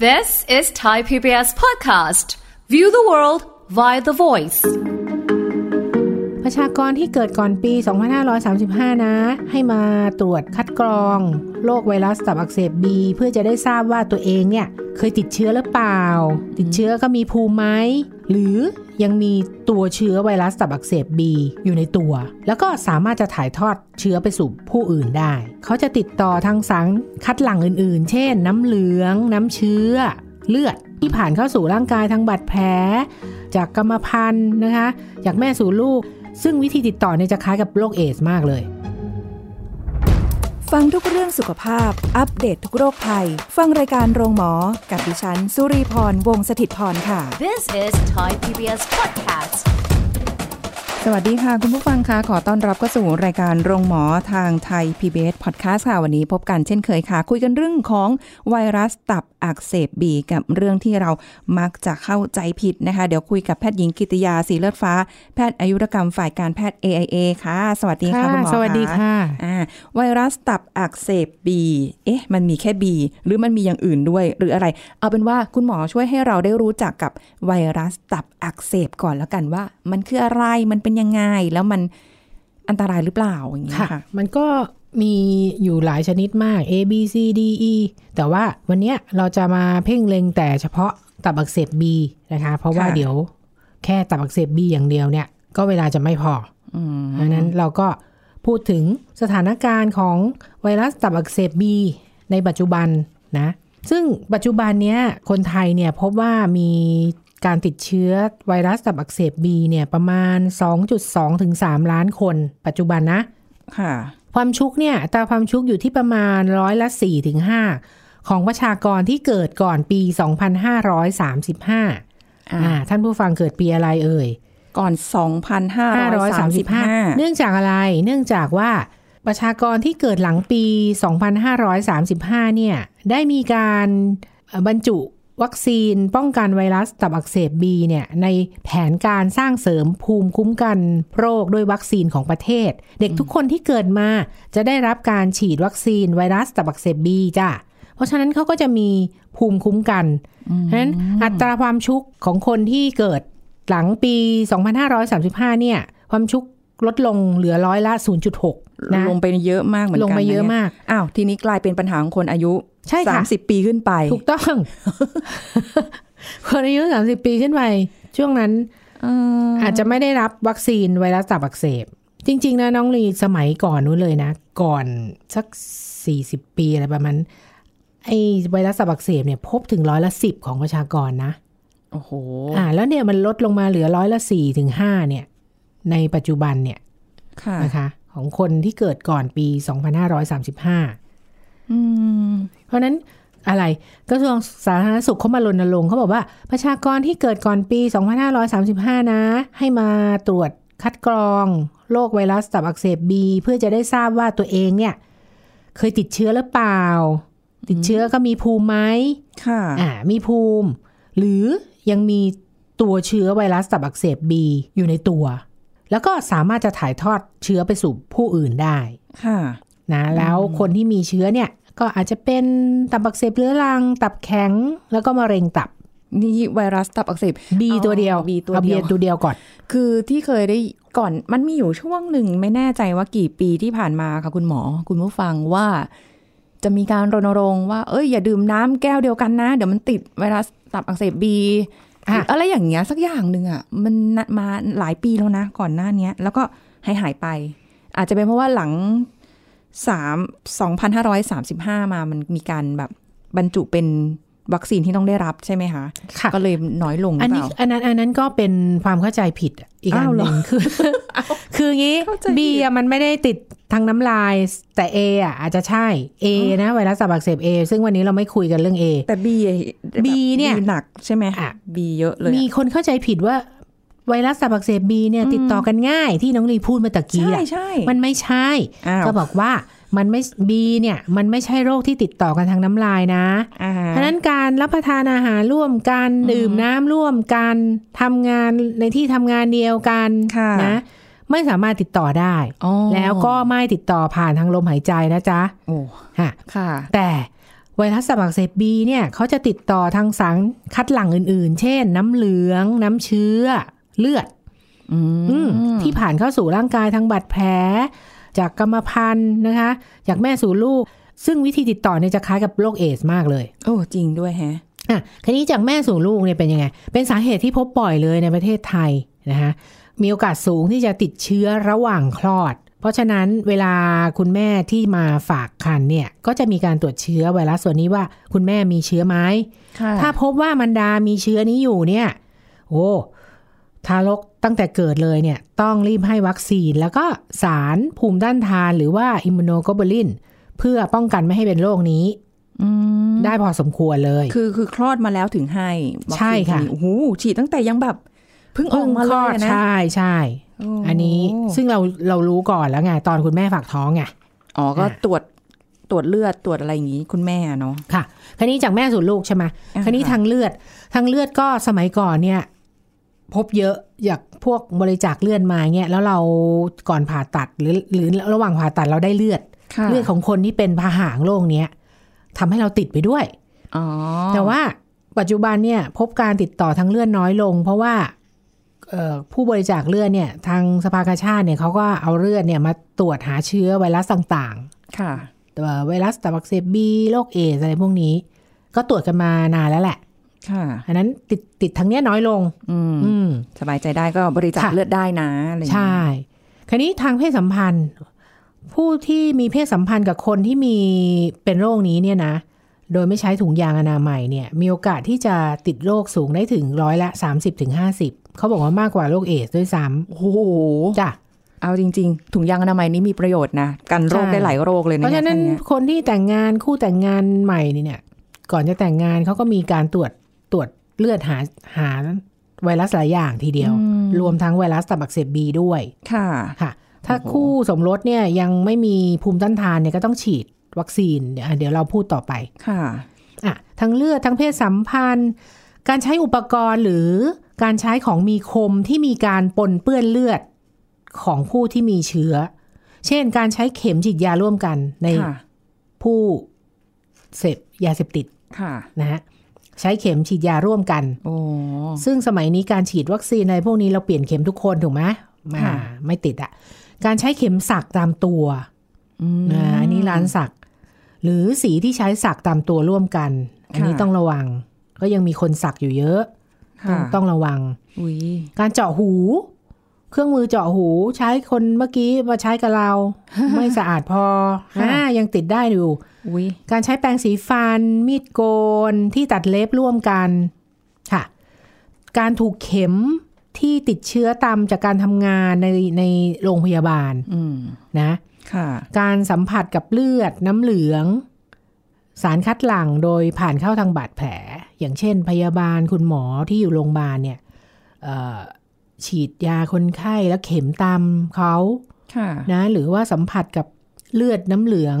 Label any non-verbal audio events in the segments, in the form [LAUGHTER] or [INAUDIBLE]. This is Thai PBS podcast. View the world via the voice. ประชากรที่เกิดก่อนปี 2535 นะ ให้มาตรวจคัดกรองโรคไวรัสตับอักเสบบีเพื่อจะได้ทราบว่าตัวเองเนี่ยเคยติดเชื้อหรือเปล่า ติดเชื้อก็มีภูมิไหมหรือยังมีตัวเชื้อไวรัสตับอักเสบบีอยู่ในตัว แล้วก็สามารถจะถ่ายทอดเชื้อไปสู่ผู้อื่นได้ เขาจะติดต่อทางสารคัดหลั่งอื่นๆ เช่น น้ำเหลือง น้ำเชื้อ เลือดที่ผ่านเข้าสู่ร่างกายทางบาดแผล จากกรรมพันธุ์นะคะ จากแม่สู่ลูก ซึ่งวิธีติดต่อเนี่ยจะคล้ายกับโรคเอดส์มากเลย ฟังทุกเรื่องสุขภาพ อัปเดตททุกโรคภัย ฟังรายการโรงหมอ กับดิฉัน สุรีพร วงศสถิตพรค่ะ This is Thai PBS podcast. สวัสดีค่ะ คุณผู้ฟังคะขอต้อนรับเข้าสู่รายการโรงหมอทางไทย PBS Podcast ค่ะ วันนี้พบกันเช่นเคยค่ะ คุยกันเรื่องของไวรัสตับอักเสบบีกับเรื่องที่เรามักจะเข้าใจผิดนะคะ เดี๋ยวคุยกับแพทย์หญิงกิติยาสีเลือดฟ้า แพทย์อายุรกรรมฝ่ายการแพทย์ AIA ค่ะ สวัสดีค่ะคุณหมอ สวัสดีค่ะ อ่าไวรัสตับอักเสบบีเอ๊ะ มันมีแค่บีหรือมันมีอย่างอื่นด้วย หรืออะไร เอาเป็นว่าคุณหมอช่วยให้เราได้รู้จักกับไวรัสตับอักเสบก่อนแล้วกันว่า มันคืออะไรมันเป็นยังไง แล้วมันอันตรายหรือเปล่าอย่างเงี้ย ค่ะ ค่ะ มันก็มีอยู่หลายชนิดมาก A B C D E แต่ว่าวันเนี้ยเราจะมาเพ่งเล็งแต่เฉพาะตับอักเสบ B นะคะ เพราะว่า ค่ะ เดี๋ยวแค่ตับอักเสบ B อย่างเดียวเนี่ย ก็เวลาจะไม่พอ อืม ดังนั้นเราก็พูดถึงสถานการณ์ของไวรัสตับอักเสบ B ในปัจจุบันนะ ซึ่งปัจจุบันเนี้ยคนไทยเนี่ยพบว่ามีการติดเชื้อไวรัสตับอักเสบ B เนี่ยประมาณ 2.2ถึง3ล้านคนปัจจุบันนะ ค่ะ ความชุกเนี่ยอัตราความชุกอยู่ที่ประมาณร้อยละ4ถึง5ของประชากรที่เกิดก่อนปี 2535 อ่า อ่าท่านผู้ฟังเกิดปีอะไรเอ่ย ก่อน 535 2,535 เนื่องจากอะไรเนื่องจากว่าประชากรที่เกิดหลังปี 2535 เนี่ยได้มีการเอ่อบรรจุวัคซีนป้องกันไวรัสตับอักเสบบีเนี่ยในแผนการสร้างเสริมภูมิคุ้มกันโรคด้วยวัคซีนของประเทศ เด็กทุกคนที่เกิดมาจะได้รับการฉีดวัคซีนไวรัสตับอักเสบบีจ้ะ เพราะฉะนั้นเขาก็จะมีภูมิคุ้มกันเพราะฉะนั้นอัตราความชุกของคนที่เกิดหลังปี 2535 เนี่ย ความชุกลดลงเหลือร้อยละ 0.6 นะ ลงไปเยอะมากเหมือนกัน ลงไปเยอะ นนี่ มาก อ้าวทีนี้กลายเป็นปัญหาของคนอายุ ใช่ค่ะ 30 ปีขึ้นไป ถูกต้อง [LAUGHS] คนอายุ 30 ปีขึ้นไป ช่วงนั้น อาจจะไม่ได้รับวัคซีนไวรัสตับอักเสบ จริง ๆ นะน้องลีสมัยก่อนนู้นเลยนะ ก่อนสัก 40 ปีอะไรประมาณนั้นไอไวรัสตับอักเสบเนี่ยพบถึงร้อยละสิบของประชากรนะ โอ้โห อ่าแล้วเนี่ยมันลดลงมาเหลือร้อยละสี่ถึงห้าเนี่ย ในปัจจุบันเนี่ย ค่ะ นะคะ ของคนที่เกิดก่อนปี 2535 อืม เพราะฉะนั้นอะไรกระทรวงสาธารณสุขเขามารณรงค์เขาบอกว่าประชากรที่เกิดก่อนปี 2535 นะ ให้มาตรวจคัดกรองโรคไวรัสตับอักเสบบีเพื่อจะได้ทราบว่าตัวเองเนี่ย เคยติดเชื้อหรือเปล่า ติดเชื้อก็มีภูมิไหม ค่ะ อ่ามีภูมิ หรือยังมีตัวเชื้อไวรัสตับอักเสบบีอยู่ในตัว แล้วก็สามารถจะถ่ายทอดเชื้อไปสู่ผู้อื่นได้ ค่ะ นะแล้วคนที่มีเชื้อเนี่ย ก็อาจจะเป็นตับอักเสบเรื้อรัง ตับแข็ง แล้วก็มะเร็งตับ นี่ไวรัสตับอักเสบ บี อ๋อ ตัวเดียว B ตัว อา B เดียว ตัวเดียวก่อน คือที่เคยได้ก่อนมันมีอยู่ช่วงหนึ่งไม่แน่ใจว่ากี่ปีที่ผ่านมาค่ะคุณหมอ คุณผู้ฟังว่า จะมีการรณรงค์ว่าเอ้ยอย่าดื่มน้ำแก้วเดียวกันนะ เดี๋ยวมันติดไวรัสตับอักเสบบี อ่ะ อะไรอย่างเงี้ยสักอย่างหนึ่งอ่ะมันนะมาหลายปีแล้วนะก่อนหน้าเนี้ย แล้วก็หายหายไป อาจจะเป็นเพราะว่าหลังสามสองพันห้าร้อยสามสิบห้ามามันมีการแบบบรรจุเป็นวัคซีนที่ต้องได้รับใช่ไหมคะ ค่ะ ก็เลยน้อยลงหรื อัน อเป นี้ ล่า อันนั้นอันนั้นก็เป็นความเข้าใจผิดอีกอัน อ้าว ห [LAUGHS] เหรอ นึ่งคือ คืองี้ เข้าใจผิด บีอะมันไม่ได้ติดทางน้ำลาย แต่เออะอาจจะใช่เอนะไวรัสตับอักเสบเอซึ่งวันนี้เราไม่คุยกันเรื่องเอ แต่ B อะแบบ B เนี่ย B หนักใช่ไหม อ่ะ B เยอะเลยอะ มีคนเข้าใจผิดว่าไวรัสตับอักเสบบีเนี่ยติดต่อกันง่ายที่น้องลีพูดเมื่อตะกี้ ใช่ อะ ใช่ มันไม่ใช่ อ้าว ก็บอกว่ามันไม่บีเนี่ยมันไม่ใช่โรคที่ติดต่อกันทางน้ำลายนะ อ่า เพราะฉะนั้นการรับประทานอาหารร่วมกันดื่มน้ำร่วมกันทำงานในที่ทำงานเดียวกัน ค่ะ นะไม่สามารถติดต่อได้ อ๋อ แล้วก็ไม่ติดต่อผ่านทางลมหายใจนะจ๊ะ โอ้ ฮะ ค่ะ แต่ ไวรัสตับอักเสบบีเนี่ยเขาจะติดต่อทางสารคัดหลั่งอื่นๆ เช่น น้ำเหลือง น้ำเชื้อ เลือด อื อืม ม ที่ผ่านเข้าสู่ร่างกายทางบาดแผล จากกรรมพันธุ์นะคะ จากแม่สู่ลูก ซึ่งวิธีติดต่อเนี่ยจะคล้ายกับโรคเอดส์มากเลย โอ้จริงด้วยแฮะ อ่ะคันนี้จากแม่สู่ลูกเนี่ยเป็นยังไง เป็นสาเหตุที่พบบ่อยเลยในประเทศไทยนะคะมีโอกาสสูงที่จะติดเชื้อระหว่างคลอด เพราะฉะนั้นเวลาคุณแม่ที่มาฝากครรภ์เนี่ยก็จะมีการตรวจเชื้อไวรัสส่วนนี้ว่าคุณแม่มีเชื้อไหม ถ้าพบว่ามันดามีเชื้อนี้อยู่เนี่ย โอ้ ทารกตั้งแต่เกิดเลยเนี่ย ต้องรีบให้วัคซีน แล้วก็สารภูมิต้านทานหรือว่าอิมมูโนโกลบูลิน เพื่อป้องกันไม่ให้เป็นโรคนี้ อืม ได้พอสมควรเลย คือคือคลอดมาแล้วถึงให้วัซีน ใช่ค่ะ โอ้โหฉีดตั้งแต่ยังแบบเพิ่งออกคมาเล ลอด ยะนะ ใช่ใช่ โโห อันนี้ซึ่งเราเรารู้ก่อนแล้วไง ตอนคุณแม่ฝากท้องไง อ๋อก็ อ่า ตรวจตรวจเลือดตรวจอะไรอย่างงี้คุณแม่เนาะ ค่ะคันนี้จากแม่สู่ลูกใช่ไหม อ่า คันนี้ ค่ะ ทางเลือด ทางเลือดก็สมัยก่อนเนี่ย พบเยอะจากพวกบริจาคเลือดมาเนี่ยแล้วเราก่อนผ่าตัดหรือหรือระหว่างผ่าตัดเราได้เลือด เลือดของคนที่เป็นพาหางโรคเนี้ยทำให้เราติดไปด้วย อ๋อ แต่ว่าปัจจุบันเนี่ยพบการติดต่อทางเลือดน้อยลง เพราะว่าเอ่อผู้บริจาคเลือดเนี่ย ทางสภากาชาติเนี่ยเขาก็เอาเลือดเนี่ยมาตรวจหาเชื้อไวรัสต่างๆ ค่ะ เอ่อไวรัสตับอักเสบบีโรคเอดสอะไรพวกนี้ ก็ตรวจกันมานานแล้วแหละ ค่ะ อันนั้นติดติดทั้งเนี้ยน้อยลง อืม อืม สบายใจได้ก็บริจาค ค่ะ เลือดได้นะอะไรอย่าง ใช่ งี้ คราวนี้ทางเพศสัมพันธ์ ผู้ที่มีเพศสัมพันธ์กับคนที่มีเป็นโรคนี้เนี่ยนะ โดยไม่ใช้ถุงยางอนามัยเนี่ย มีโอกาสที่จะติดโรคสูงได้ถึงร้อยละ 30-50ถึง50เขาบอกว่ามากกว่าโรคเอดสด้วยซ้ โอ้โห ำจ้ะ เอาจริง ๆ ถุงยางอนามัยนี้มีประโยชน์นะ กันโรค ใช่ ได้หลายโรคเลย เพ นะ ราะฉะนั้น เนี่ย คนที่แต่งงานคู่แต่งงานใหม่นี่เนี่ย ก่อนจะแต่งงานเขาก็มีการตรวจตรวจเลือดหาหาไวรัสหลายอย่างทีเดียว รวมทั้งไวรัสตับอักเสบบีด้วย ค่ะ ค่ะ ถ้า โอ้โห คู่สมรสเนี่ยยังไม่มีภูมิต้านทานเนี่ยก็ต้องฉีดวัคซีนเดี๋ยวอ่ะเดี๋ยวเราพูดต่อไป ค่ะ อ่ะทั้งเลือดทั้งเพศสัมพันธ์ การใช้อุปกรณ์หรือการใช้ของมีคมที่มีการปนเปื้อนเลือดของผู้ที่มีเชื้อ เช่น การใช้เข็มฉีดยาร่วมกันใน ค่ะ ผู้เสพยาเสพติด ค่ะ นะฮะใช้เข็มฉีดยาร่วมกัน โอ้ ซึ่งสมัยนี้การฉีดวัคซีนอะไรพวกนี้เราเปลี่ยนเข็มทุกคนถูกไหมมา ค่ะ ไม่ติดอะการใช้เข็มสักตามตัว อืม นะอันนี้ร้านสัก หรือสีที่ใช้สักตามตัวร่วมกัน อันนี้ ค่ะ ต้องระวัง ก็ยังมีคนสักอยู่เยอะต้อค่ะงต้องระวัง อุ้ย การเจาะหู เครื่องมือเจาะหูใช้คนเมื่อกี้มาใช้กับเรา [LAUGHS] ไม่สะอาดพออ่ายังติดได้อยู่ อุ้ย การใช้แปรงสีฟัน มีดโกนที่ตัดเล็บร่วมกันค่ะ การถูกเข็มที่ติดเชื้อตามจากการทำงานในในโรงพยาบาล อืม นะ ค่ะ การสัมผัสกับเลือดน้ำเหลือง สารคัดหลั่งโดยผ่านเข้าทางบาดแผล อย่างเช่น พยาบาลคุณหมอที่อยู่โรงพยาบาลเนี่ยเอ่อฉีดยาคนไข้แล้วเข็มตามเขา ค่ะ นะหรือว่าสัมผัสกับเลือดน้ำเหลือง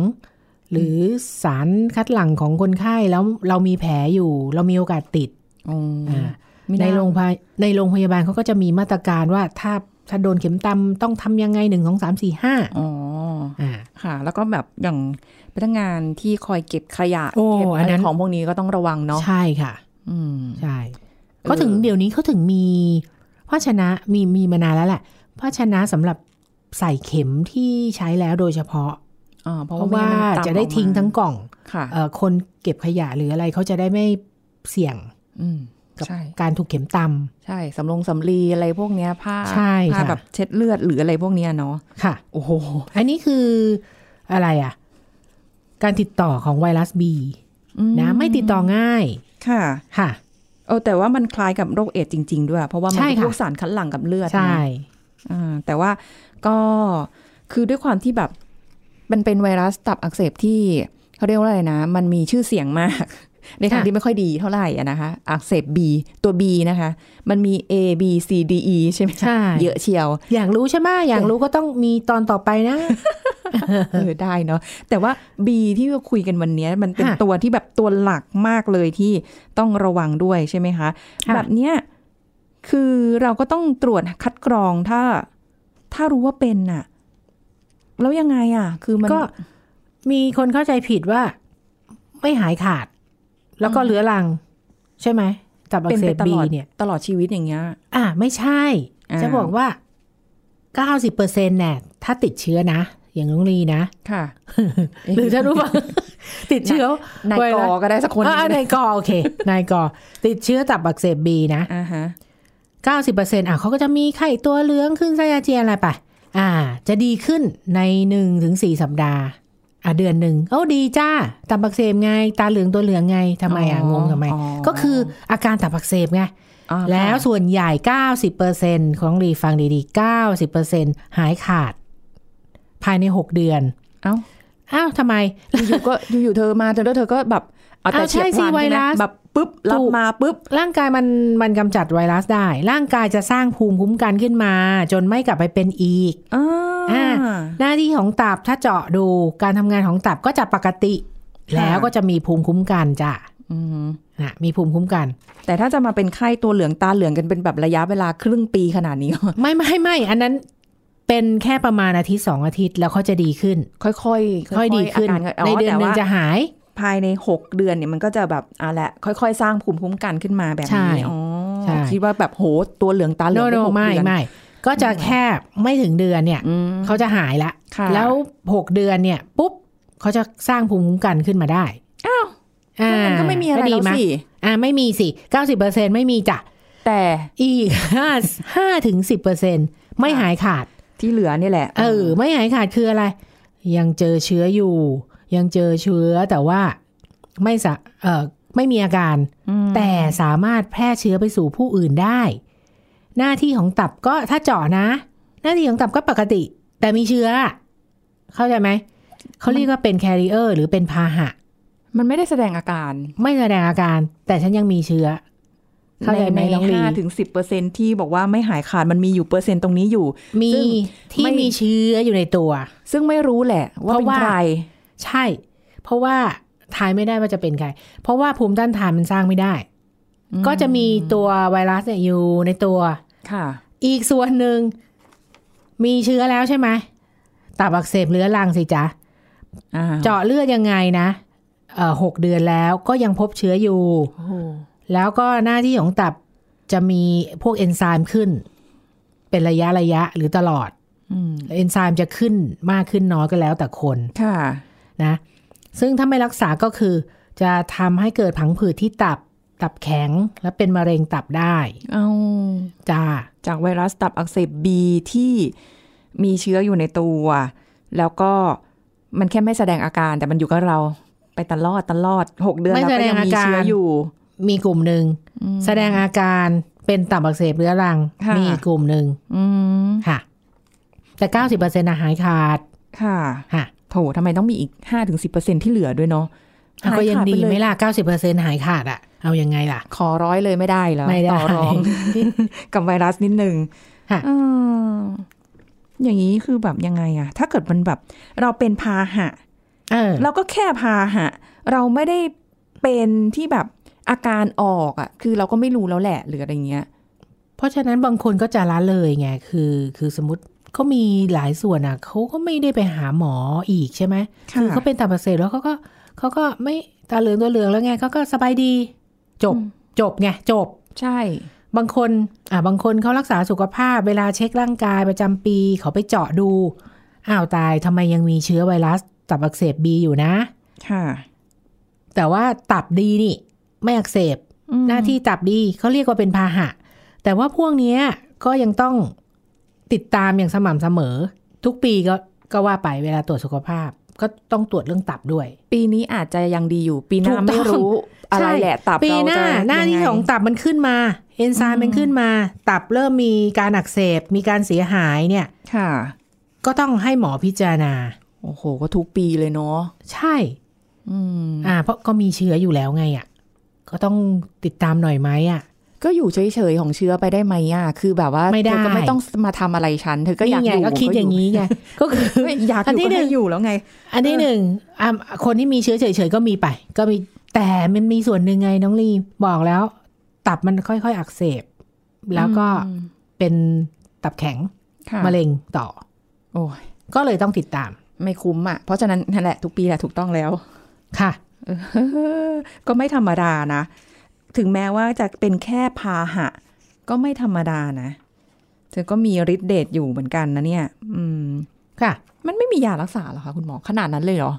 หรือสารคัดหลั่งของคนไข้แล้วเรามีแผลอยู่ เรามีโอกาสติด โอ้ อ่า ไม่ ใน น่า โรงพยในโรงพยาบาลเขาก็จะมีมาตรการว่าถ้าถ้าโดนเข็มตำต้องทำยังไงหนึ่งสองสามสี่ห้า อ๋อ อ่า ค่ะ แล้วก็แบบอย่างพนักงานที่คอยเก็บขยะ โอ้ เก็บะไร อันนั้น ของพวกนี้ก็ต้องระวังเนาะ ใช่ค่ะ อืม ใช่เขาถึงเดี๋ยวนี้เขาถึงมีภาชนะมีมีมานานแล้วแหละภาชนะสำหรับใส่เข็มที่ใช้แล้วโดยเฉพาะ อ่าเพ เพ ราะ ราะ ว่า ว่า ไม่งั้นมันตำ จะได้ ออกมา ทิ้งทั้งกล่อง ค่ะ เอ่อคนเก็บขยะหรืออะไรเขาจะได้ไม่เสี่ยง อืม กับ ใช่ การถูกเข็มต ใช่สำรงสำลีอะไรพวกเนี้ยผ้า ใช่ ผ้า ค่ะ แบบเช็ดเลือดหรืออะไรพวกเนี้ยเนาะ ำค่ะ โอ้โห อันนี้คืออะไรอ่ะ การติดต่อของไวรัสบี อื นะไม่ติดต่อง่าย ค่ะ ค่ะ เออแต่ว่ามันคล้ายกับโรคเอดส์จริง ๆ ด้วย เพราะว่ามัน ใช่ เป็น ค่ะ พวกสารคัดหลั่งกับเลือด ใช่ นะอ่าแต่ว่าก็คือด้วยความที่แบบ มันเป็นไวรัสตับอักเสบที่เขาเรียกว่าอะไรนะ มันมีชื่อเสียงมาก [LAUGHS] ในทางที่ไม่ค่อยดีเท่าไหร่อะนะคะ อักเสบ B ตัว B นะคะ มันมี A B C D E ใช่ไหมคะ ใช่ เยอะเชียว อยากรู้ใช่ไหมอยากรู้ก็ต้องมีตอนต่อไปนะ เออได้เนาะแต่ว่า B ที่เราคุยกันวันเนี้ยมันเป็น ค่ะ ตัวที่แบบตัวหลักมากเลยที่ต้องระวังด้วยใช่ไหมคะ ค่ะ แบบเนี้ยคือเราก็ต้องตรวจคัดกรองถ้า ถ้ารู้ว่าเป็นน่ะ แล้วยังไงอ่ะ คือมัน ก็มีคนเข้าใจผิดว่า ไม่หายขาด แล้วก็เรื้อรัง ใช่ไหมตับอั เป็ ก น เส ไป บ ต บี ลอด เนี่ย ตลอดชีวิตอย่างเงี้ย อ่าไม่ใช่ อ่า จะบอกว่าเก้าสิบเปอร์เซ็นต์เนี่ยถ้าติดเชื้อนะ อย่างน้องลีนะ ค่ะ หรือถ้ารู้ว่า [LAUGHS] ติดเชื้อน ายกอก็ได้สักคนหนึ่ง อ่า นะ นายกอโอเค นายกอ ติดเชื้อตับอักเสบบีนะ อ่าฮะ เก้าสิบเปอร์เซ็นต์อ่ะเขาก็จะมีไข้ตัวเหลืองขึ้นไส้อาเจียนอะไรไป อ่า จะดีขึ้นในหนึ่งถึงสี่สัปดาห์ อ่ะเดือนหนึ่งเอ้าดีจ้าตับอักเสบไง ตาเหลืองตัวเหลืองไงทำไมอ่ะ อ๋อง งทำไม อ๋อ ก็คืออาการตับอักเสบไง อ่าค่ะ แล้วส่วนใหญ่ 90%ของรีฟังดีๆ 90%หายขาด ภายใน 6 เดือน เอ้า อ้าวทำไม อยู่ๆก็อยู่ๆเธอมาจนแล้วเธอก็แบบเอาแต่ อ้าวใช่ เฉียบพลัน สิไวรั นะ ส แบบปุ๊บรับ ถูก มาปุ๊บ ร่างกายมันมันกำจัดไวรัสได้ ร่างกายจะสร้างภูมิคุ้มกันขึ้นมา จนไม่กลับไปเป็นอีก อ่า อ่า หน้าที่ของตับถ้าเจาะดูการทำงานของตับก็จะปกติ ค่ะ แล้วก็จะมีภูมิคุ้มกันจ้ะ อืม นะมีภูมิคุ้มกัน แต่ถ้าจะมาเป็นไข้ตัวเหลืองตาเหลืองกันเป็นแบบระยะเวลาครึ่งปีขนาดนี้ ไม่ไม่ไม่อันนั้นเป็นแค่ประมาณอาทิตย์สองอาทิตย์แล้วเขาจะดีขึ้น ค่อยๆ [LAUGHS] ค่อยดีขึ้น อาการก็ ในเดือน แต่ หนึ่ง ว่า จะหาย ภายในหกเดือนเนี่ยมันก็จะแบบเอาละค่อยๆ สร้างภูมิคุ้มกันขึ้นมาแบบ ใช่ นี้อ๋อ ใช่ คิดว่าแบบโหตัวเหลืองตาเหลื โน อง โน ปหก ไม่ เดือน ไม่ก็จะแค่ไม่ถึงเดือนเนี่ย อืม เขาจะหายละ ค่ะ แล้วหกเดือนเนี่ย ปุ๊บเขาจะสร้างภูมิคุ้มกันขึ้นมาได้ อ้าว อ่า งั้นก็ไม่มีอะไร ก็ดี แล้ว มั้ย สิ อ่าไม่มีสิเก้าสิบเปอร์เซ็นไม่มีจ้ะ แต่ อีกห้าห้าถึงสิบเปอร์เซ็นไม่หายขาด ที่เหลือนี่แหละ เออ ไม่หายขาดคืออะไร ยังเจอเชื้ออยู่ ยังเจอเชื้อแต่ว่าไม่สะเออไม่มีอาการ ม แต่สามารถแพร่เชื้อไปสู่ผู้อื่นได้ หน้าที่ของตับก็ถ้าเจาะนะ หน้าที่ของตับก็ปกติ แต่มีเชื้อ เข้าใจไหม เขาเรียกว่าเป็นแคริเออร์หรือเป็นพาหะ มันไม่ได้แสดงอาการ ไม่แสดงอาการ แต่ฉันยังมีเชื้อ เข้าใจไหม ใน น้องลี ห้าถึงสิบเปอร์เซ็นที่บอกว่าไม่หายขาดมันมีอยู่เปอร์เซ็นต์ตรงนี้อยู่ มี ซึ่ง ที่ ไม่ มีเชื้ออยู่ในตัว ซึ่งไม่รู้แหละว่าเป็เพนราะว่า ใคร ใช่ เพราะว่าทายไม่ได้ว่าจะเป็นใคร เพราะว่าภูมิต้านทานมันสร้างไม่ได้ อืม ก็จะมีตัวไวรัสเนี่ยอยู่ในตัว ค่ะ อีกส่วนหนึ่งมีเชื้อแล้วใช่ไหมตับอักเสบเรื้อรังสิจ๊ะ อ่า เจาะเลือดยังไงนะเอ่อหกเดือนแล้วก็ยังพบเชื้ออยู่ โอ้โห แล้วก็หน้าที่ของตับจะมีพวกเอนไซม์ขึ้น เป็นระยะระยะหรือตลอด อืม เอนไซม์จะขึ้นมากขึ้นน้อยก็แล้วแต่คน ค่ะ นะ ซึ่งถ้าไม่รักษาก็คือ จะทำให้เกิดผังผืดที่ตับตับแข็งและเป็นมะเร็งตับได้ เอา จ้า จากไวรัสตับอักเสบบีที่มีเชื้ออยู่ในตัว แล้วก็มันแค่ไม่แสดงอาการ แต่มันอยู่กับเรา ไปตลอดตลอดหกเดือน ไม่ แล้ว แสดก็ง ยังมี อาการ เชื้ออยู่ มีกลุ่มหนึ่งแสดงอาการเป็นตับอักเสบเรื้อรัง ค่ะ มีกลุ่มหนึ่ง อืม ค่ะ แต่เก้าสิบเปอร์เซ็นต์หายขาด ค่ะ ค่ะ โถทำไมต้องมีอีกห้าถึงสิบเปอร์เซ็นที่เหลือด้วยเนาะ อ่ะก็ยังดีไหม่ล่ะเก้าสิบเปอร์เซ็นต์หายขาดอะเอายังไงล่ะ ขอร้อยเลยไม่ได้แล้ว ไม่ได้ ต่อรอง [LAUGHS] กับไวรัสนิดนึง ค่ะ เอออย่างนี้คือแบบยังไงอะถ้าเกิดมันแบบ เราเป็นพาหะ เออ เราก็แค่พาหะ เราไม่ได้เป็นที่แบบอาการออกอะคือเราก็ไม่รู้แล้วแหละหรืออะไรเงี้ย เพราะฉะนั้นบางคนก็จะละเลยไงคือ คือสมมติเขามีหลายส่วนอ่ะเขาก็ไม่ได้ไปหาหมออีกใช่ไหม ค่ะ อเขาเป็นตับอักเสบแล้วเขาก็เขาก็ไม่ตาเหลืองตัวเหลืองแล้วไงเขาก็สบายดี จบจบไงจบ ใช่ บางคน อ่า บางคนเขารักษาสุขภาพเวลาเช็คร่างกายประจำปี เขาไปเจาะดู อ้าวตายทำไมยังมีเชื้อไวรัสตับอักเสบบีอยู่นะ ค่ะ แต่ว่าตับดีนี่ ไม่อักเสบ อืม หน้าที่ตับดีเขาเรียกว่าเป็นพาหะ แต่ว่าพวกเนี้ยก็ยังต้องติดตามอย่างสม่ำเสมอ ทุกปีก็ก็ว่าไปเวลาตรวจสุขภาพ ก็ต้องตรวจเรื่องตับด้วย ปีนี้อาจจะยังดีอยู่ ปีหน้า ถูกต้อง ไม่รู้ อะไรแหละตับ ปี เรา หน้า จะ หน้าที่ ยัไ ของตับมันขึ้นมาเอนไซม์มันขึ้นมา ตับเริ่มมีการอักเสบ มีการเสียหายเนี่ย ค่ะ ก็ต้องให้หมอพิจารณา โอ้โห ก็ทุกปีเลยเนาะ ใช่ อืม อ่าเพราะก็มีเชื้ออยู่แล้วไงอ่ะก็ต้องติดตามหน่อยไหมอ่ะ ก็อยู่เฉยๆของเชื้อไปได้ไหมอ่ะ คือแบบว่า ไม่ได้ เธอก็ไม่ต้องมาทำอะไรฉัน เธอก็อยาก นี่ไง อยู่ ก็คิดอย่าง นี้ นี้ไงก็คือ [LAUGHS] อยาก อัน อ ที่ ยู่ก็ [LAUGHS] หนึ่ ให้ ง อยู่แล้วไง อันที่หนึ่งอ่ะคนที่มีเชื้อเฉยๆก็มีไป ก็มีแต่มันมีส่วนหนึ่งไงน้องลีบอกแล้ว ตับมันค่อยๆอักเสบ แล้วก็ อืม เป็นตับแข็ง ค่ะ มะเร็งต่อ โอ้ย ก็เลยต้องติดตาม ไม่คุ้มอ่ะ เพราะฉะนั้นนั่นแหละทุกปีแหละถูกต้องแล้ว ค่ะ เออ [LAUGHS] ก็ไม่ธรรมดานะ ถึงแม้ว่าจะเป็นแค่พาหะ ก็ไม่ธรรมดานะ เธอก็มีฤทธิ์เดชอยู่เหมือนกันนะเนี่ย อืม ค่ะ มันไม่มียารักษาเหรอคะคุณหมอขนาดนั้นเลยเหรอ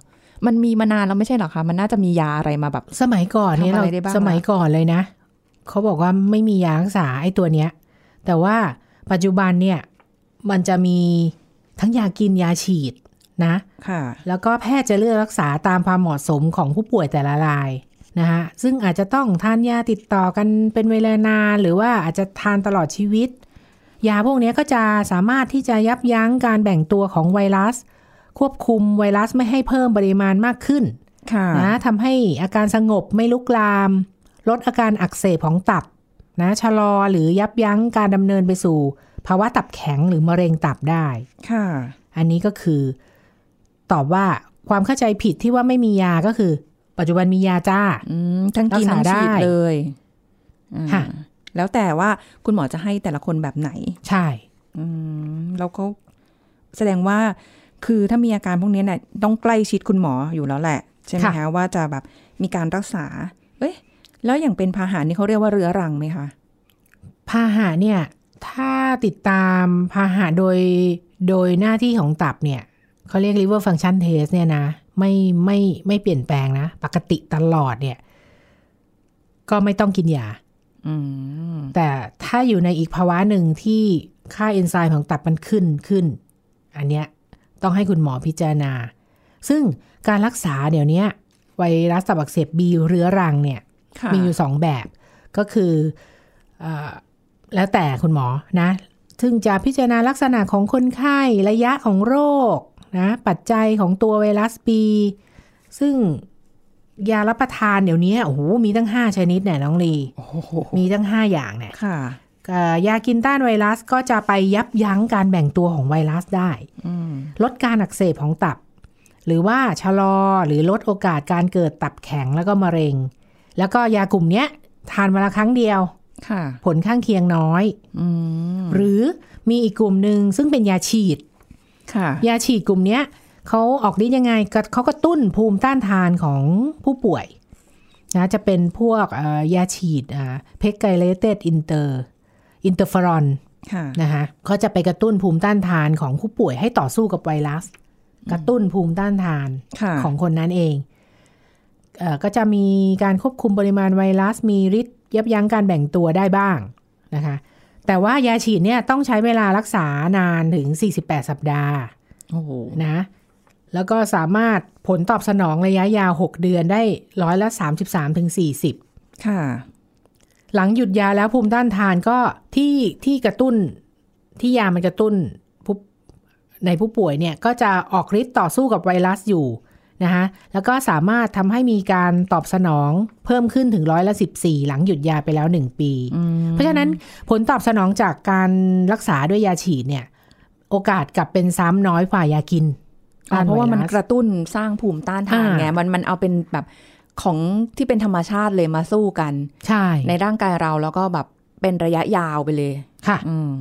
มันมีมานานแล้วไม่ใช่เหรอคะ มันน่าจะมียาอะไรมาแบบ สมัยก่อนเนี่ย ทำอะ เรา ไรได้บ้าง สมัยก่อนเลยนะ เขาบอกว่าไม่มียารักษาไอ้ตัวเนี้ย แต่ว่าปัจจุบันเนี่ยมันจะมีทั้งยากินยาฉีดนะ ค่ะ แล้วก็แพทย์จะเลือกรักษาตามความเหมาะสมของผู้ป่วยแต่ละรายนะคะซึ่งอาจจะต้องทานยาติดต่อกันเป็นเวลานาน หรือว่าอาจจะทานตลอดชีวิต ยาพวกเนี้ยก็จะสามารถที่จะยับยั้งการแบ่งตัวของไวรัส ควบคุมไวรัสไม่ให้เพิ่มปริมาณมากขึ้น ค่ะ นะทำให้อาการสงบไม่ลุกลาม ลดอาการอักเสบของตับนะชะลอหรือยับยั้งการดำเนินไปสู่ ภาวะตับแข็งหรือมะเร็งตับได้ ค่ะ อันนี้ก็คือ ตอบว่าความเข้าใจผิดที่ว่าไม่มียาก็คือ ปัจจุบันมียาจ้า อืม ทั้งกิน รั ทั้ ก ง ษา ฉีด ได้ เลยอ่า ค่ะ แล้วแต่ว่าคุณหมอจะให้แต่ละคนแบบไหน ใช่ อืม แล้วก็แสดงว่า คือถ้ามีอาการพวกนี้เนี่ยต้องใกล้ชิดคุณหมออยู่แล้วแหละ ใช่ไหมคะว่าจะแบบมีการรักษา เอ้ย แล้วอย่างเป็นพาหะนี่เขาเรียกว่าเรื้อรังไหมคะ พาหะเนี่ย ถ้าติดตามพาหะโดยโดยหน้าที่ของตับเนี่ยเขาเรียก liver function test เนี่ยนะ ไม่ไม่ไม่เปลี่ยนแปลงนะ ปกติตลอดเนี่ย ก็ไม่ต้องกินยา อืม แต่ถ้าอยู่ในอีกภาวะหนึ่งที่ค่าเอนไซม์ของตับมันขึ้นขึ้น อันเนี้ยต้องให้คุณหมอพิจารณา ซึ่งการรักษาเดี๋ยวเนี้ยไวรัสตับอักเสบบีเรื้อรังเนี่ย ค่ะ มีอยู่สองแบบก็คือเออแล้วแต่คุณหมอนะ ซึ่งจะพิจารณาลักษณะของคนไข้ระยะของโรคนะปัจจัยของตัวไวรัสบีซึ่งยารับประทานเดี๋ยวนี้โอ้โหมีตั้ง 5 ชนิดเนี่ยน้องลี โอ้โห มีตั้ง 5 อย่างเนี่ย ค่ะ เอ่อยากินต้านไวรัสก็จะไปยับยั้งการแบ่งตัวของไวรัสได้ อืม ลดการอักเสบของตับ หรือว่าชะลอหรือลดโอกาสการเกิดตับแข็งแล้วก็มะเร็ง แล้วก็ยากลุ่มเนี้ยทานวันละครั้งเดียว ค่ะ ผลข้างเคียงน้อย อืม หรือมีอีกกลุ่มหนึ่งซึ่งเป็นยาฉีด ค่ะ ยาฉีดกลุ่มเนี้ยเขาออกฤทธิ์ยังไงก็เขากระตุ้นภูมิต้านทานของผู้ป่วยนะจะเป็นพวกเอ่อยาฉีดเพกไกเลเตดอินเตอร์อินเตอร์ฟรอน ค่ะ นะคะเขาจะไปกระตุ้นภูมิต้านทานของผู้ป่วยให้ต่อสู้กับไวรัส กระตุ้นภูมิต้านทาน ค่ะ ของคนนั้นเองเอ่อก็จะมีการควบคุมปริมาณไวรัส มีฤทธิ์ยับยั้งการแบ่งตัวได้บ้างนะคะ แต่ว่ายาฉีดเนี่ยต้องใช้เวลารักษานานถึง 48 สัปดาห์ โอ้โห นะ แล้วก็สามารถผลตอบสนองระยะยาว 6 เดือนได้ร้อยละ 33-40ถึง40 ค่ะ หลังหยุดยาแล้วภูมิต้านทานก็ที่ที่กระตุ้นที่ยามันกระตุ้นผู้ในผู้ป่วยเนี่ยก็จะออกฤทธิ์ต่อสู้กับไวรัสอยู่นะคะแล้วก็สามารถทำให้มีการตอบสนองเพิ่มขึ้นถึงร้อยละ14 หลังหยุดยาไปแล้ว 1 ปี เพราะฉะนั้นผลตอบสนองจากการรักษาด้วยยาฉีดเนี่ยโอกาสกลับเป็นซ้ำน้อยฝ่ายยากิน อ๋อเพราะว่ามัน ต้ไส กระตุ้นสร้างภูมิต้านทาน อ่า ไง มันมันเอาเป็นแบบของที่เป็นธรรมชาติเลยมาสู้กัน ใช่ ในร่างกายเราแล้วก็แบบเป็นระยะยาวไปเลย ค่ะ อืม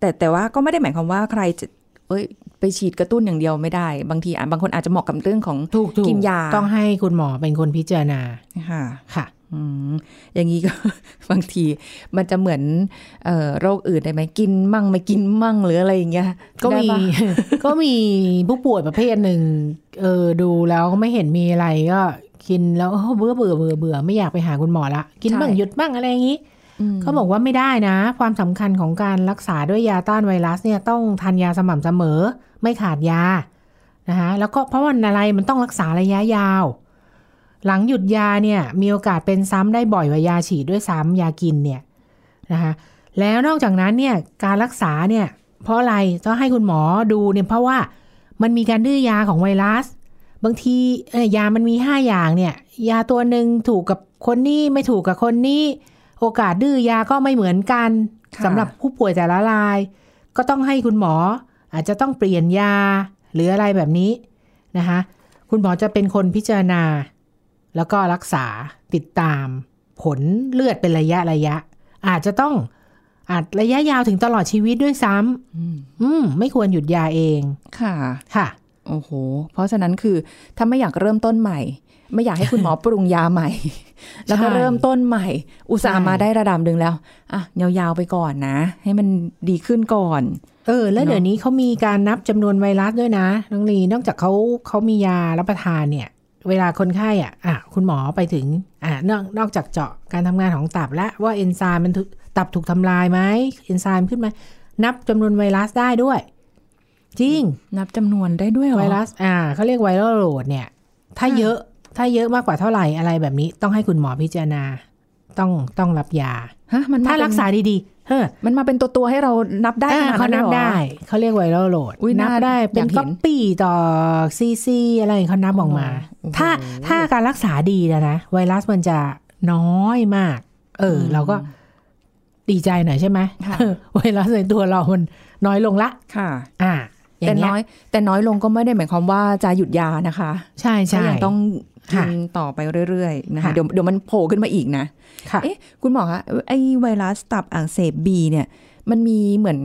แต่แต่ว่าก็ไม่ได้หมายความว่าใครจะ เอ้ย ไปฉีดกระตุ้นอย่างเดียวไม่ได้ บางทีอ่ะบางคนอาจจะเหมาะกับเรื่องของ ถูกถูก กินยา ต้องให้คุณหมอเป็นคนพิจารณา ค่ะ ค่ะ อืมอย่างนี้ก็ [LAUGHS] บางทีมันจะเหมือนเอ่อโรคอื่นได้ไหมกินมั่งไม่กินมั่งหรืออะไรอย่างเงี้ย ก็มี [LAUGHS] ได้ปะ ก็มีผู้ป่วยประเภทหนึ่งเออดูแล้วก็ไม่เห็นมีอะไรก็กินแล้วเออเบื่อเบื่อเบื่อเบื่อไม่อยากไปหาคุณหมอละกิน ใช่ บ้างหยุดบ้างอะไรอย่างนี้ อืม เขาบอกว่าไม่ได้นะ ความสำคัญของการรักษาด้วยยาต้านไวรัสเนี่ยต้องทานยาสม่ำเสมอ ไม่ขาดยานะคะแล้วก็เพราะมันอะไรมันต้องรักษาระยะยาว หลังหยุดยาเนี่ยมีโอกาสเป็นซ้ำได้บ่อยกว่ายาฉีดด้วยซ้ำยากินเนี่ยนะคะ แล้วนอกจากนั้นเนี่ยการรักษาเนี่ยเพราะอะไรต้องให้คุณหมอดูเนี่ยเพราะว่ามันมีการดื้อยาของไวรัส บางทีเอ่อยามันมี 5 อย่างเนี่ยยาตัวหนึ่งถูกกับคนนี้ไม่ถูกกับคนนี้ โอกาสดื้อยาก็ไม่เหมือนกัน ค่ะ สำหรับผู้ป่วยแต่ละราย ก็ต้องให้คุณหมออาจจะต้องเปลี่ยนยาหรืออะไรแบบนี้นะคะคุณหมอจะเป็นคนพิจารณา แล้วก็รักษาติดตาม ผลเลือดเป็นระยะระยะ อาจจะต้องอาจระยะยาวถึงตลอดชีวิตด้วยซ้ อืม ำอืมไม่ควรหยุดยาเอง ค่ะ ค่ะ โอ้โห เพราะฉะนั้นคือถ้าไม่อยากเริ่มต้นใหม่ ไม่อยากให้คุณหมอ ปรุงยา [LAUGHS] ใหม่ แล้วก็ ใช่ เริ่มต้นใหม่ อุตส่าห์ ใช่ มาได้ระดับหนึ่งแล้วอ่ะยาวๆไปก่อนนะ ให้มันดีขึ้นก่อน เออ แล้ว เนอะ เดี๋ยวนี้เขามีการนับจำนวนไวรัสด้วยนะน้องลีนอกจากเขาเขามียารับประทานเนี่ย เวลาคนไข้อ่ะอ่ะคุณหมอไปถึงอ่ะนอกนอกจากเจาะการทำงานของตับและว่าเอนไซม์มันถูกตับถูกทำลายไหมเอนไซม์ขึ้นไหมานับจำนวนไวรัสได้ด้วย จริง นับจำนวนได้ด้วยเหรอ ไวรัส อ่าเขาเรียกไวรัลโหลดเนี่ย ถ้า ค่ะ เยอะถ้าเยอะมากกว่าเท่าไหร่อะไรแบบนี้ ต้องให้คุณหมอพิจารณา ต้องต้องรับยา ฮะมันม ถ้า เป็น รักษาดีๆเฮ้อ มันมาเป็นตัวตัวๆให้เรานับได้ อ่า ข เขา นา นั ด บ นั้นเลยเหรอ ได้ เขาเรียกไวรัลโหลด อุ๊ย นับ น่า ได้ อ เป็น ยากเห็น ก๊อปปี้ต่อซีซีอะไรอย่างเงี้ยเขานับออกมา โอ้โห ถ้าถ้าการรักษาดีนะนะไวรัสมันจะน้อยมาก เอออ ม เราก็ดีใจหน่อยใช่ไหม ค่ะ เอ [LAUGHS] อไวรัสในตัวเรามันน้อยลงละ ค่ะ อ่าอ แต่ ย่างเงี้ น้อย ย แต่น้อยลงก็ไม่ได้หมายความว่าจะหยุดยานะคะ ใช่ใช่ ก็ยังต้องกิ ค่ะ นต่อไปเรื่อยๆนะคะ ค่ะ เดี๋ยวเดี๋ยวมันโผล่ขึ้นมาอีกนะ ค่ะ เอ๊ะคุณหมอคะไอไวรัสตับอักเสบบีเนี่ย มันมีเหมือน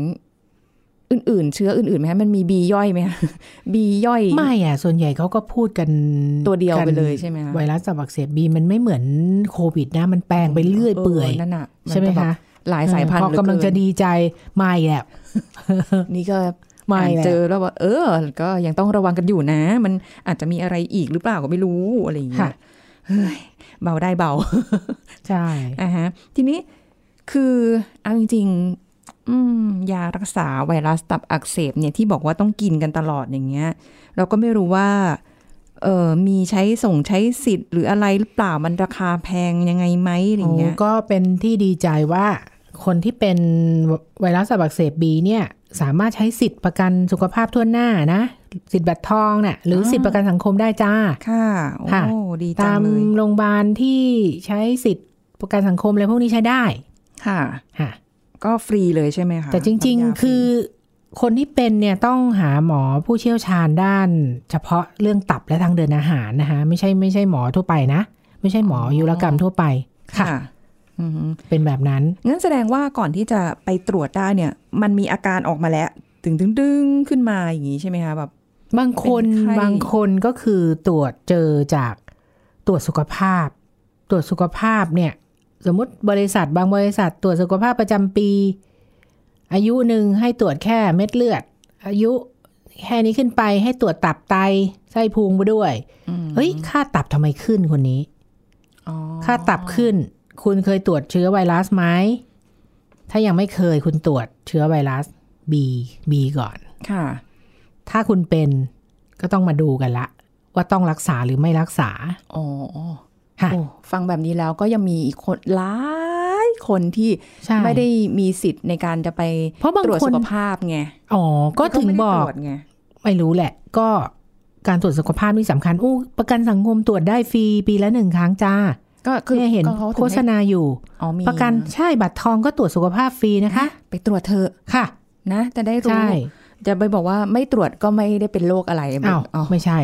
อื่นๆ เชื้ออื่นๆไหมคะมันมีบีย่อยไหมคะ [LAUGHS] บีย่อย ไม่อ่ะ ส่วนใหญ่เขาก็พูดกัน ตัวเดียว กัน ไปเลยใช่ไหมคะ ไวรัสตับอักเสบบีมันไม่เหมือนโควิดนะ มันแปลงไปเรื่อยเปื่อย นั่นน่ะน ใช่ไหม จแบบ คะ หลายสายพันธุ์ พอกำลังจะ เห ดีใจมาอีกแล้ว เกินนี่ก็ ไม่ อ่าน แหละ เจอแล้วว่า เออ ก็ยังต้องระวังกันอยู่นะ มันอาจจะมีอะไรอีกหรือเปล่าก็ไม่รู้อะไรอย่างเงี้ ค่ะ ยเฮ้ยเบาได้เบา [LAUGHS] ใช่ อ่าฮะทีนี้คือเอาจริงๆอืมยารักษาไวรัสตับอักเสบเนี่ยที่บอกว่าต้องกินกันตลอดอย่างเงี้ย เราก็ไม่รู้ว่าเออมีใช้ส่งใช้สิทธิ์หรืออะไรหรือเปล่ามันราคาแพงยังไงไหมอะไรอย่างเงี้ย โอ้ก็เป็นที่ดีใจว่าคนที่เป็นไวรัสตับอักเสบบีเนี่ย สามารถใช้สิทธิ์ประกันสุขภาพทั่วหน้านะ สิทธิ์บัตรทองน่ะหรือสิทธิ์ประกันสังคมได้จ้า ค่ะโอ้ ค่ะ ดีจั ตางม เลย โรงพยาบาลที่ใช้สิทธิ์ประกันสังคมอะไรพวกนี้ใช้ได้ ค่ะ ค่ะ ก็ฟรีเลยใช่ไหมคะ แต่จริง รับยา ๆ คือ ฟ คนที่เป็นเนี่ยต้องหาหมอผู้เชี่ยวชาญด้าน เฉพาะเรื่องตับและทางเดินอาหารนะคะไม่ใช่ไม่ใช่หมอทั่วไปนะ ไม่ใช่หมออายุรกรรมทั่วไป รีค่ะอือฮึ เป็นแบบนั้น งั้นแสดงว่าก่อนที่จะไปตรวจได้เนี่ย มันมีอาการออกมาแล้วถึงดึงดึงๆขึ้นมาอย่างงี้ใช่ไหมคะแบบ บางคน เป็นไข้ บางคนก็คือตรวจเจอจากตรวจสุขภาพ ตรวจสุขภาพเนี่ย สมมติบริษัทบางบริษัทตรวจสุขภาพประจำปี อายุหนึ่งให้ตรวจแค่เม็ดเลือด อายุแค่นี้ขึ้นไปให้ตรวจตับไตไส้พุงไปด้วย อืม เฮ้ย ค่าตับทำไมขึ้นคนนี้ อ๋อ ค่าตับขึ้น คุณเคยตรวจเชื้อไวรัสไหมถ้ายังไม่เคยคุณตรวจเชื้อไวรัส B B ก่อน ค่ะ ถ้าคุณเป็นก็ต้องมาดูกันละ ว่าต้องรักษาหรือไม่รักษา อ๋อ ค่ะ โอ้ฟังแบบนี้แล้วก็ยังมีอีกคนหลายคนที่ ใช่ ไม่ได้มีสิทธิ์ในการจะไป เพราะบาง ตรวจ ค สุ น ขภาพไง อ๋อก็ถึงบอก ที่เขาไม่ได้ตรวจไง ไม่รู้แหละ ก็การตรวจสุขภาพนี่สำคัญอู้ประกันสังคมตรวจได้ฟรีปีละหนึ่งครั้งจ้า ก็คือ เนี่ยเห็น ก็เขาถึง โฆษณาอยู่ อ๋อมี ประกันใช่บัตรทองก็ตรวจสุขภาพฟรีนะคะ ไปตรวจเถอะ ค่ะ นะ จะได้รู้ ใช่ จะไปบอกว่าไม่ตรวจก็ไม่ได้เป็นโรคอะไร อ้าว อ๋อ ไม่ใช่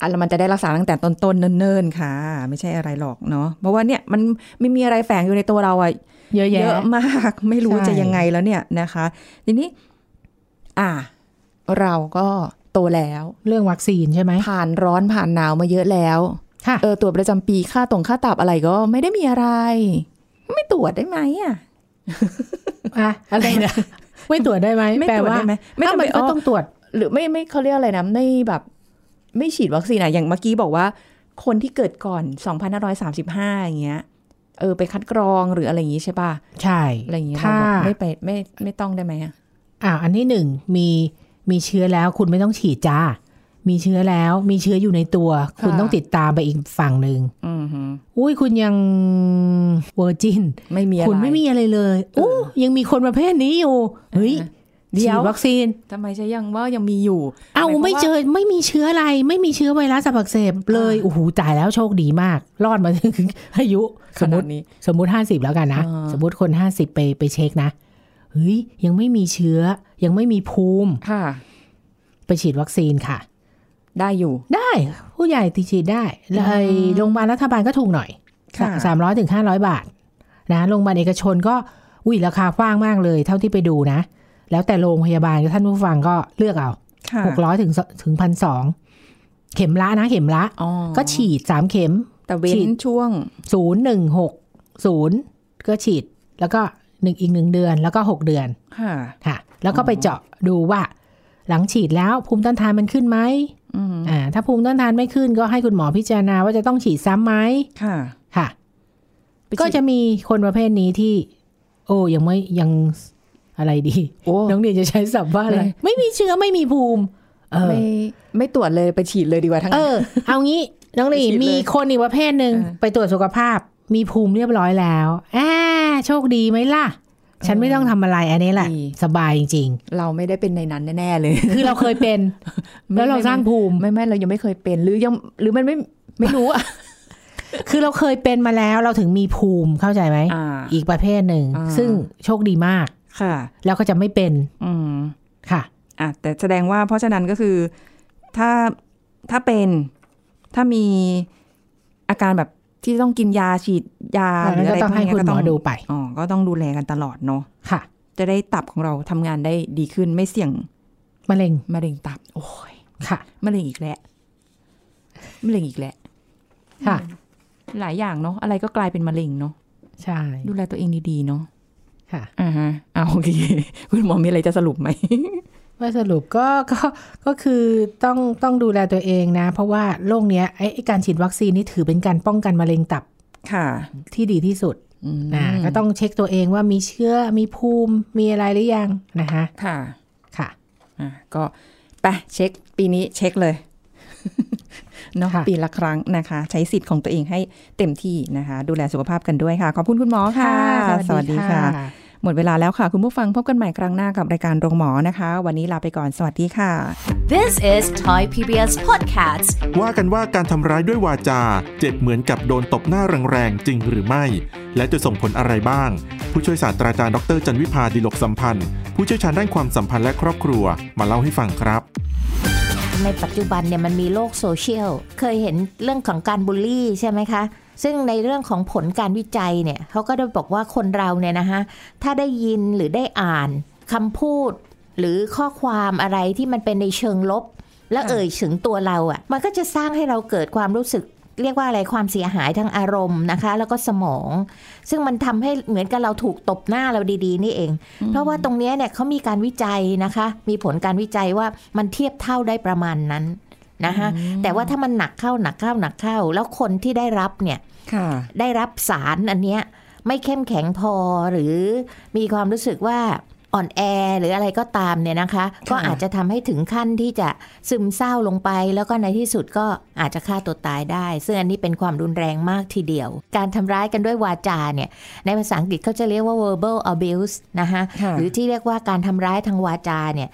อันละมันจะได้รักษาตั้งแต่ต้นๆเนิ่นๆค่ะ ไม่ใช่อะไรหรอกเนาะเพราะว่าเนี่ยมันไม่มีอะไรแฝงอยู่ในตัวเราอะ เยอะ เย แยะ อะมาก [LAUGHS] ไม่รู้ ใช่ จะยังไงแล้วเนี่ยนะคะ ทีนี้ อ่า เราก็โตแล้ว เรื่องวัคซีนใช่ไหม ผ่านร้อนผ่านหนาวมาเยอะแล้ว ค่ะ เออตรวจประจำปีค่าตรงค่าตับอะไรก็ไม่ได้มีอะไร ไม่ตรวจได้ไหมอ่ะ อ่ะอะไรนะไม่ตรวจได้ไหม ไม่ แปล ตรวจ ว่า ได้ไหมไม่ อ้าวมัจำเป็น น ก็ต้องตรวจ หรือไม่ไม่เขาเรียกอะไรนะไม่แบบ ไม่ฉีดวัคซีนอะอย่างเมื่อกี้บอกว่า คนที่เกิดก่อน 2535 อย่างเงี้ย เออ ไปคัดกรองหรืออะไรอย่างงี้ใช่ป่ะ ใช่ อะไรอย่างเงี้ย ถ้า เราบอกไม่ไปไม่ไม่ต้องได้ไหมอะ อ่าอันที่หนึ่งมีมีเชื้อแล้วคุณไม่ต้องฉีดจ้า มีเชื้อแล้วมีเชื้ออยู่ในตัว คุณ ค่ะ ต้องติดตามไปอีกฝั่งหนึ่ง อือหือ อุ้ยคุณยังเวอร์จิน ไม่มีอะไร คุณไม่มีอะไรเลยโอ้ยังมีคนประเภทนี้อยู่เฮ้ย เดี๋ ฉี ยว ดวัคซีน ทำไมใช่ยังว่ายังมีอยู่ เอ้า หมายความ ไม่เจอไม่มีเชื้ออะไร ไม่มีเชื้อไวรัสตับอักเสบเลย อ่า โอ้โหตายแล้วโชคดีมาก รอดมาถึงอายุ ข สมม นาด ติ นี้ สมมุติห้าสิบแล้วกันนะ อ่า สมมติคนห้าสิบไปไปเช็คนะเฮ้ยยังไม่มีเชื้อ ยังไม่มีภูมิ ค่ะ ไปฉีดวัคซีนค่ะ ได้อยู่ ได้ผู้ใหญ่ติดฉีดได้แล้วไอ้ อืม โรงพยาบาลรัฐบาลก็ถูกหน่อย ค่ะ สามร้อยถึงห้าร้อยบาทนะโรงพยาบาลเอกชนก็อุ้ยราคากว้างมากเลย เท่าที่ไปดูนะ แล้วแต่โรงพยาบาลท่านผู้ฟังก็เลือกเอา ค่ะ หกร้อยถึงถึงพันสอง เข็มละนะเข็มละ อ๋อ ก็ฉีดสามเข็ม แต่เว้ ฉี น ด ช่วง ศูนย์หนึ่งหกศูนย์ก็ฉีด แล้วก็หนึ่งอีกหนึ่งเดือนแล้วก็หกเดือน ค่ะ ค่ะ แล้วก็ไปเจาะดูว่า หลังฉีดแล้วภูมิต้านทานมันขึ้นไหม อืม อ่าถ้าภูมิต้านทานไม่ขึ้น ก็ให้คุณหมอพิจารณาว่าจะต้องฉีดซ้ำไหม ค่ะ ค่ะ ไปฉีด ก็จะมีคนประเภทนี้ที่ โอ้ยังไม่ยังอะไรดี โอ้ น้องเดียจะใช้สับว่าอะไร ไม่ ไม่มีเชื้อไม่มีภูมิ เออ ไม่ไม่ตรวจเลยไปฉีดเลยดีกว่าทั้ง เอ นั้น อ เอางี้ น้องหลี ไปฉีดเลย มีคนอีกประเภทหนึ่ง เออ ไปตรวจสุขภาพ มีภูมิเรียบร้อยแล้วแอาโชคดีไหมล่ะ ฉันไม่ต้องทำอะไรอันนี้แหละ ดี สบายจริง เราไม่ได้เป็นในนั้นแน่ๆเลย ๆ คือเราเคยเป็น [LAUGHS] แล้วเราสร้างภูมิ ไม่ไม่เรายังไม่เคยเป็นหรือยังหรือมันไม่ไม่รู้อ่ะ คือเราเคยเป็นมาแล้วเราถึงมีภูมิเข้าใจไหม อ่า อีกประเภทหนึ่ง อ่า ซึ่งโชคดีมาก ค่ะ แล้วก็จะไม่เป็น อืม ค่ะ อ่ะแต่แสดงว่าเพราะฉะนั้นก็คือถ้าถ้าเป็นถ้ามีอาการแบบที่ต้องกินยาฉีดยาห แล้ รือ วก็ อะไร ต้อง พวก ให้ เนี้ย คุณหมอดูไป อ๋อก็ต้องดูแลกันตลอดเนาะ ค่ะ จะได้ตับของเราทำงานได้ดีขึ้นไม่เสี่ยง มะเร็ง มะเร็งตับ โอ้ย ค่ะ มะเร็งอีกแล้วมะเร็งอีกแล้ว ค่ะ หลายอย่างเนาะอะไรก็กลายเป็นมะเร็งเนาะ ใช่ ดูแลตัวเองดีๆเนาะ ค่ะ อ่าฮะเอาโอเค [LAUGHS] คุณหมอมีอะไรจะสรุปไหม ว่าสรุปก็ก็ก็คือต้องต้องดูแลตัวเองนะ เพราะว่าโรคเนี้ยไอ้ไอ้การฉีดวัคซีนนี่ถือเป็นการป้องกันมะเร็งตับ ค่ะ ที่ดีที่สุด อืม นะก็ต้องเช็คตัวเองว่ามีเชื้อมีภูมิมีอะไรหรือยังนะคะ ค่ะ ค่ะ อ่ะก็ไปเช็คปีนี้เช็คเลย [LAUGHS] เนาะ ค่ะ ปีละครั้งนะคะ ใช้สิทธิ์ของตัวเองให้เต็มที่นะคะ ดูแลสุขภาพกันด้วยค่ะ ขอบคุณคุณหมอค่ะ หมดเวลาแล้วค่ะ คุณผู้ฟังพบกันใหม่ครั้งหน้ากับรายการโรงหมอนะคะ วันนี้ลาไปก่อนสวัสดีค่ะ This is Thai PBS Podcast. ว่ากันว่าการทำร้ายด้วยวาจา เจ็บเหมือนกับโดนตบหน้าแรงๆ จริงหรือไม่ และจะส่งผลอะไรบ้าง ผู้ช่วยศาสตราจารย์ดรจันวิพาดิลกสัมพันธ์ ผู้เชี่ยวชาญด้านความสัมพันธ์และครอบครัว มาเล่าให้ฟังครับ ในปัจจุบันเนี่ยมันมีโลกโซเชียล เคยเห็นเรื่องของการบูลลี่ใช่ไหมคะ ซึ่งในเรื่องของผลการวิจัยเนี่ยเขาก็ได้บอกว่าคนเราเนี่ยนะคะถ้าได้ยินหรือได้อ่านคำพูด หรือข้อความอะไรที่มันเป็นในเชิงลบ แล้วเอ่ยถึงตัวเราอะ่ะ มันก็จะสร้างให้เราเกิดความรู้สึก เรียกว่าอะไรความเสียหายทางอารมณ์นะคะ แล้วก็สมอง ซึ่งมันทำให้เหมือนกับเราถูกตบหน้าเราดีๆ นี่เอง เพราะว่าตรงเนี้ยเนี่ยเขามีการวิจัยนะคะ มีผลการวิจัยว่ามันเทียบเท่าได้ประมาณนั้นนะคะแต่ว่าถ้ามันหนักเข้าหนักเข้าหนักเข้า แล้วคนที่ได้รับเนี่ย ค่ะ ได้รับสารอันเนี้ยไม่เข้มแข็งพอหรือมีความรู้สึกว่าอ่อนแอหรืออะไรก็ตามเนี่ยนะคะ ก็อาจจะทำให้ถึงขั้นที่จะซึมเศร้าลงไป แล้วก็ในที่สุดก็อาจจะฆ่าตัวตายได้ ซึ่งอันนี้เป็นความรุนแรงมากทีเดียว การทำร้ายกันด้วยวาจาเนี่ยในภาษาอังกฤษเขาจะเรียกว่า verbal abuse นะคะ ค่ะ หรือที่เรียกว่าการทำร้ายทางวาจาเนี่ย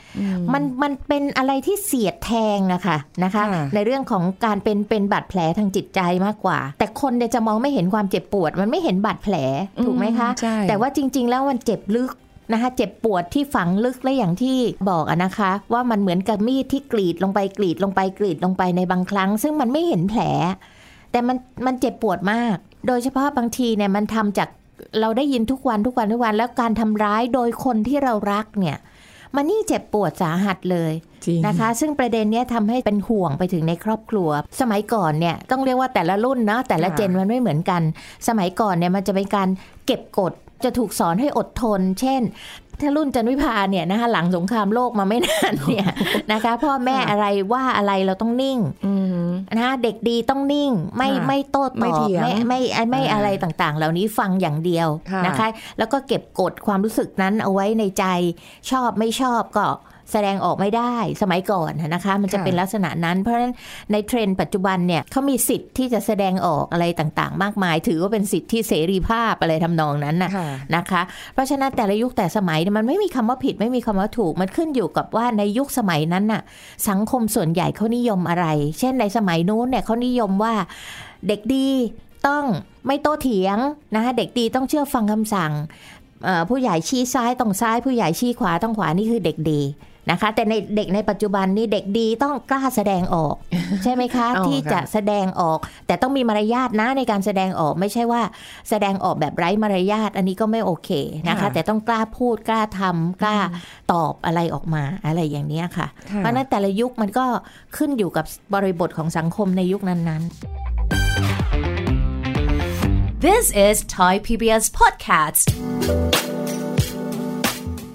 มันมันเป็นอะไรที่เสียดแทงอะค่ะนะคะ ค่ะ ในเรื่องของการเป็นเป็นบาดแผลทางจิตใจมากกว่า แต่คนเนี่ยจะมองไม่เห็นความเจ็บปวด มันไม่เห็นบาดแผลถูกไหมคะ ใช่ แต่ว่าจริง ๆ แล้วมันเจ็บลึกนะคะ เจ็บปวดที่ฝังลึกและอย่างที่บอกอะนะคะ ว่ามันเหมือนกับมีดที่กรีดลงไปกรีดลงไปกรีดลงไปในบางครั้ง ซึ่งมันไม่เห็นแผล แต่มันมันเจ็บปวดมาก โดยเฉพาะบางทีเนี่ยมันทำจากเราได้ยินทุกวันทุกวันทุกวันแล้วการทำร้ายโดยคนที่เรารักเนี่ย มันนี่งเจ็บปวดสาหัสเลย จริง นะคะซึ่งประเด็นเนี้ยทำให้เป็นห่วงไปถึงในครอบครัว สมัยก่อนเนี่ยต้องเรียกว่าแต่ละรุ่นเนาะแต่ละ ค่ะ เจนมันไม่เหมือนกัน สมัยก่อนเนี่ยมันจะเป็นการเก็บกดจะถูกสอนให้อดทน เช่น ถ้ารุ่นจันวิพาเนี่ยนะคะหลังสงครามโลกมาไม่นาน [LAUGHS] เนี่ยนะคะพ่อแม่อะไรว่าอะไรเราต้องนิ่ง อืม นะคะเด็กดีต้องนิ่งไม่ ค่ะ ไม่โต้ต ไม่ อบ เถียง ไม่ไม่ไม่ไม่ อ่า อะไรต่างๆ เหล่านี้ฟังอย่างเดียว ค่ะ นะคะ แล้วก็เก็บกดความรู้สึกนั้นเอาไว้ในใจชอบไม่ชอบก็แสดงออกไม่ได้สมัยก่อนนะคะ มันจะ ค่ะ เป็นลักษณะนั้น เพราะฉะนั้นในเทรนด์ปัจจุบันเนี่ยเขามีสิทธิ์ที่จะแสดงออกอะไรต่างๆ มากมาย ถือว่าเป็นสิทธิเสรีภาพอะไรทำนองนั้นน่ะ ค่ะ นะคะเพราะฉะนั้นแต่ละยุคแต่สมัยเนี่ยมันไม่มีคำว่าผิดไม่มีคำว่าถูก มันขึ้นอยู่กับว่าในยุคสมัยนั้นน่ะสังคมส่วนใหญ่เขานิยมอะไร เช่นในสมัยนู้นเนี่ยเขานิยมว่าเด็กดีต้องไม่โต้เถียงนะคะเด็กดีต้องเชื่อฟังคำสั่งเอ่อผู้ใหญ่ชี้ซ้ายต้องซ้าย ผู้ใหญ่ชี้ขวาต้องขวานี่คือเด็กดี นะคะ แต่ในเด็กในปัจจุบันนี่เด็กดีต้องกล้าแสดงออก ใช่ไหมคะ [LAUGHS] อ๋อ ที่จะ ค่ะ แสดงออก แต่ต้องมีมารยาทนะในการแสดงออกไม่ใช่ว่าแสดงออกแบบไร้มารยาทอันนี้ก็ไม่โอเคนะคะ ค่ะ แต่ต้องกล้าพูดกล้าทำกล้าตอบอะไรออกมาอะไรอย่างเนี้ยค่ะ เพราะฉะนั้นแต่ละยุคมันก็ขึ้นอยู่กับบริบทของสังคมในยุคนั้น This is Thai PBS Podcast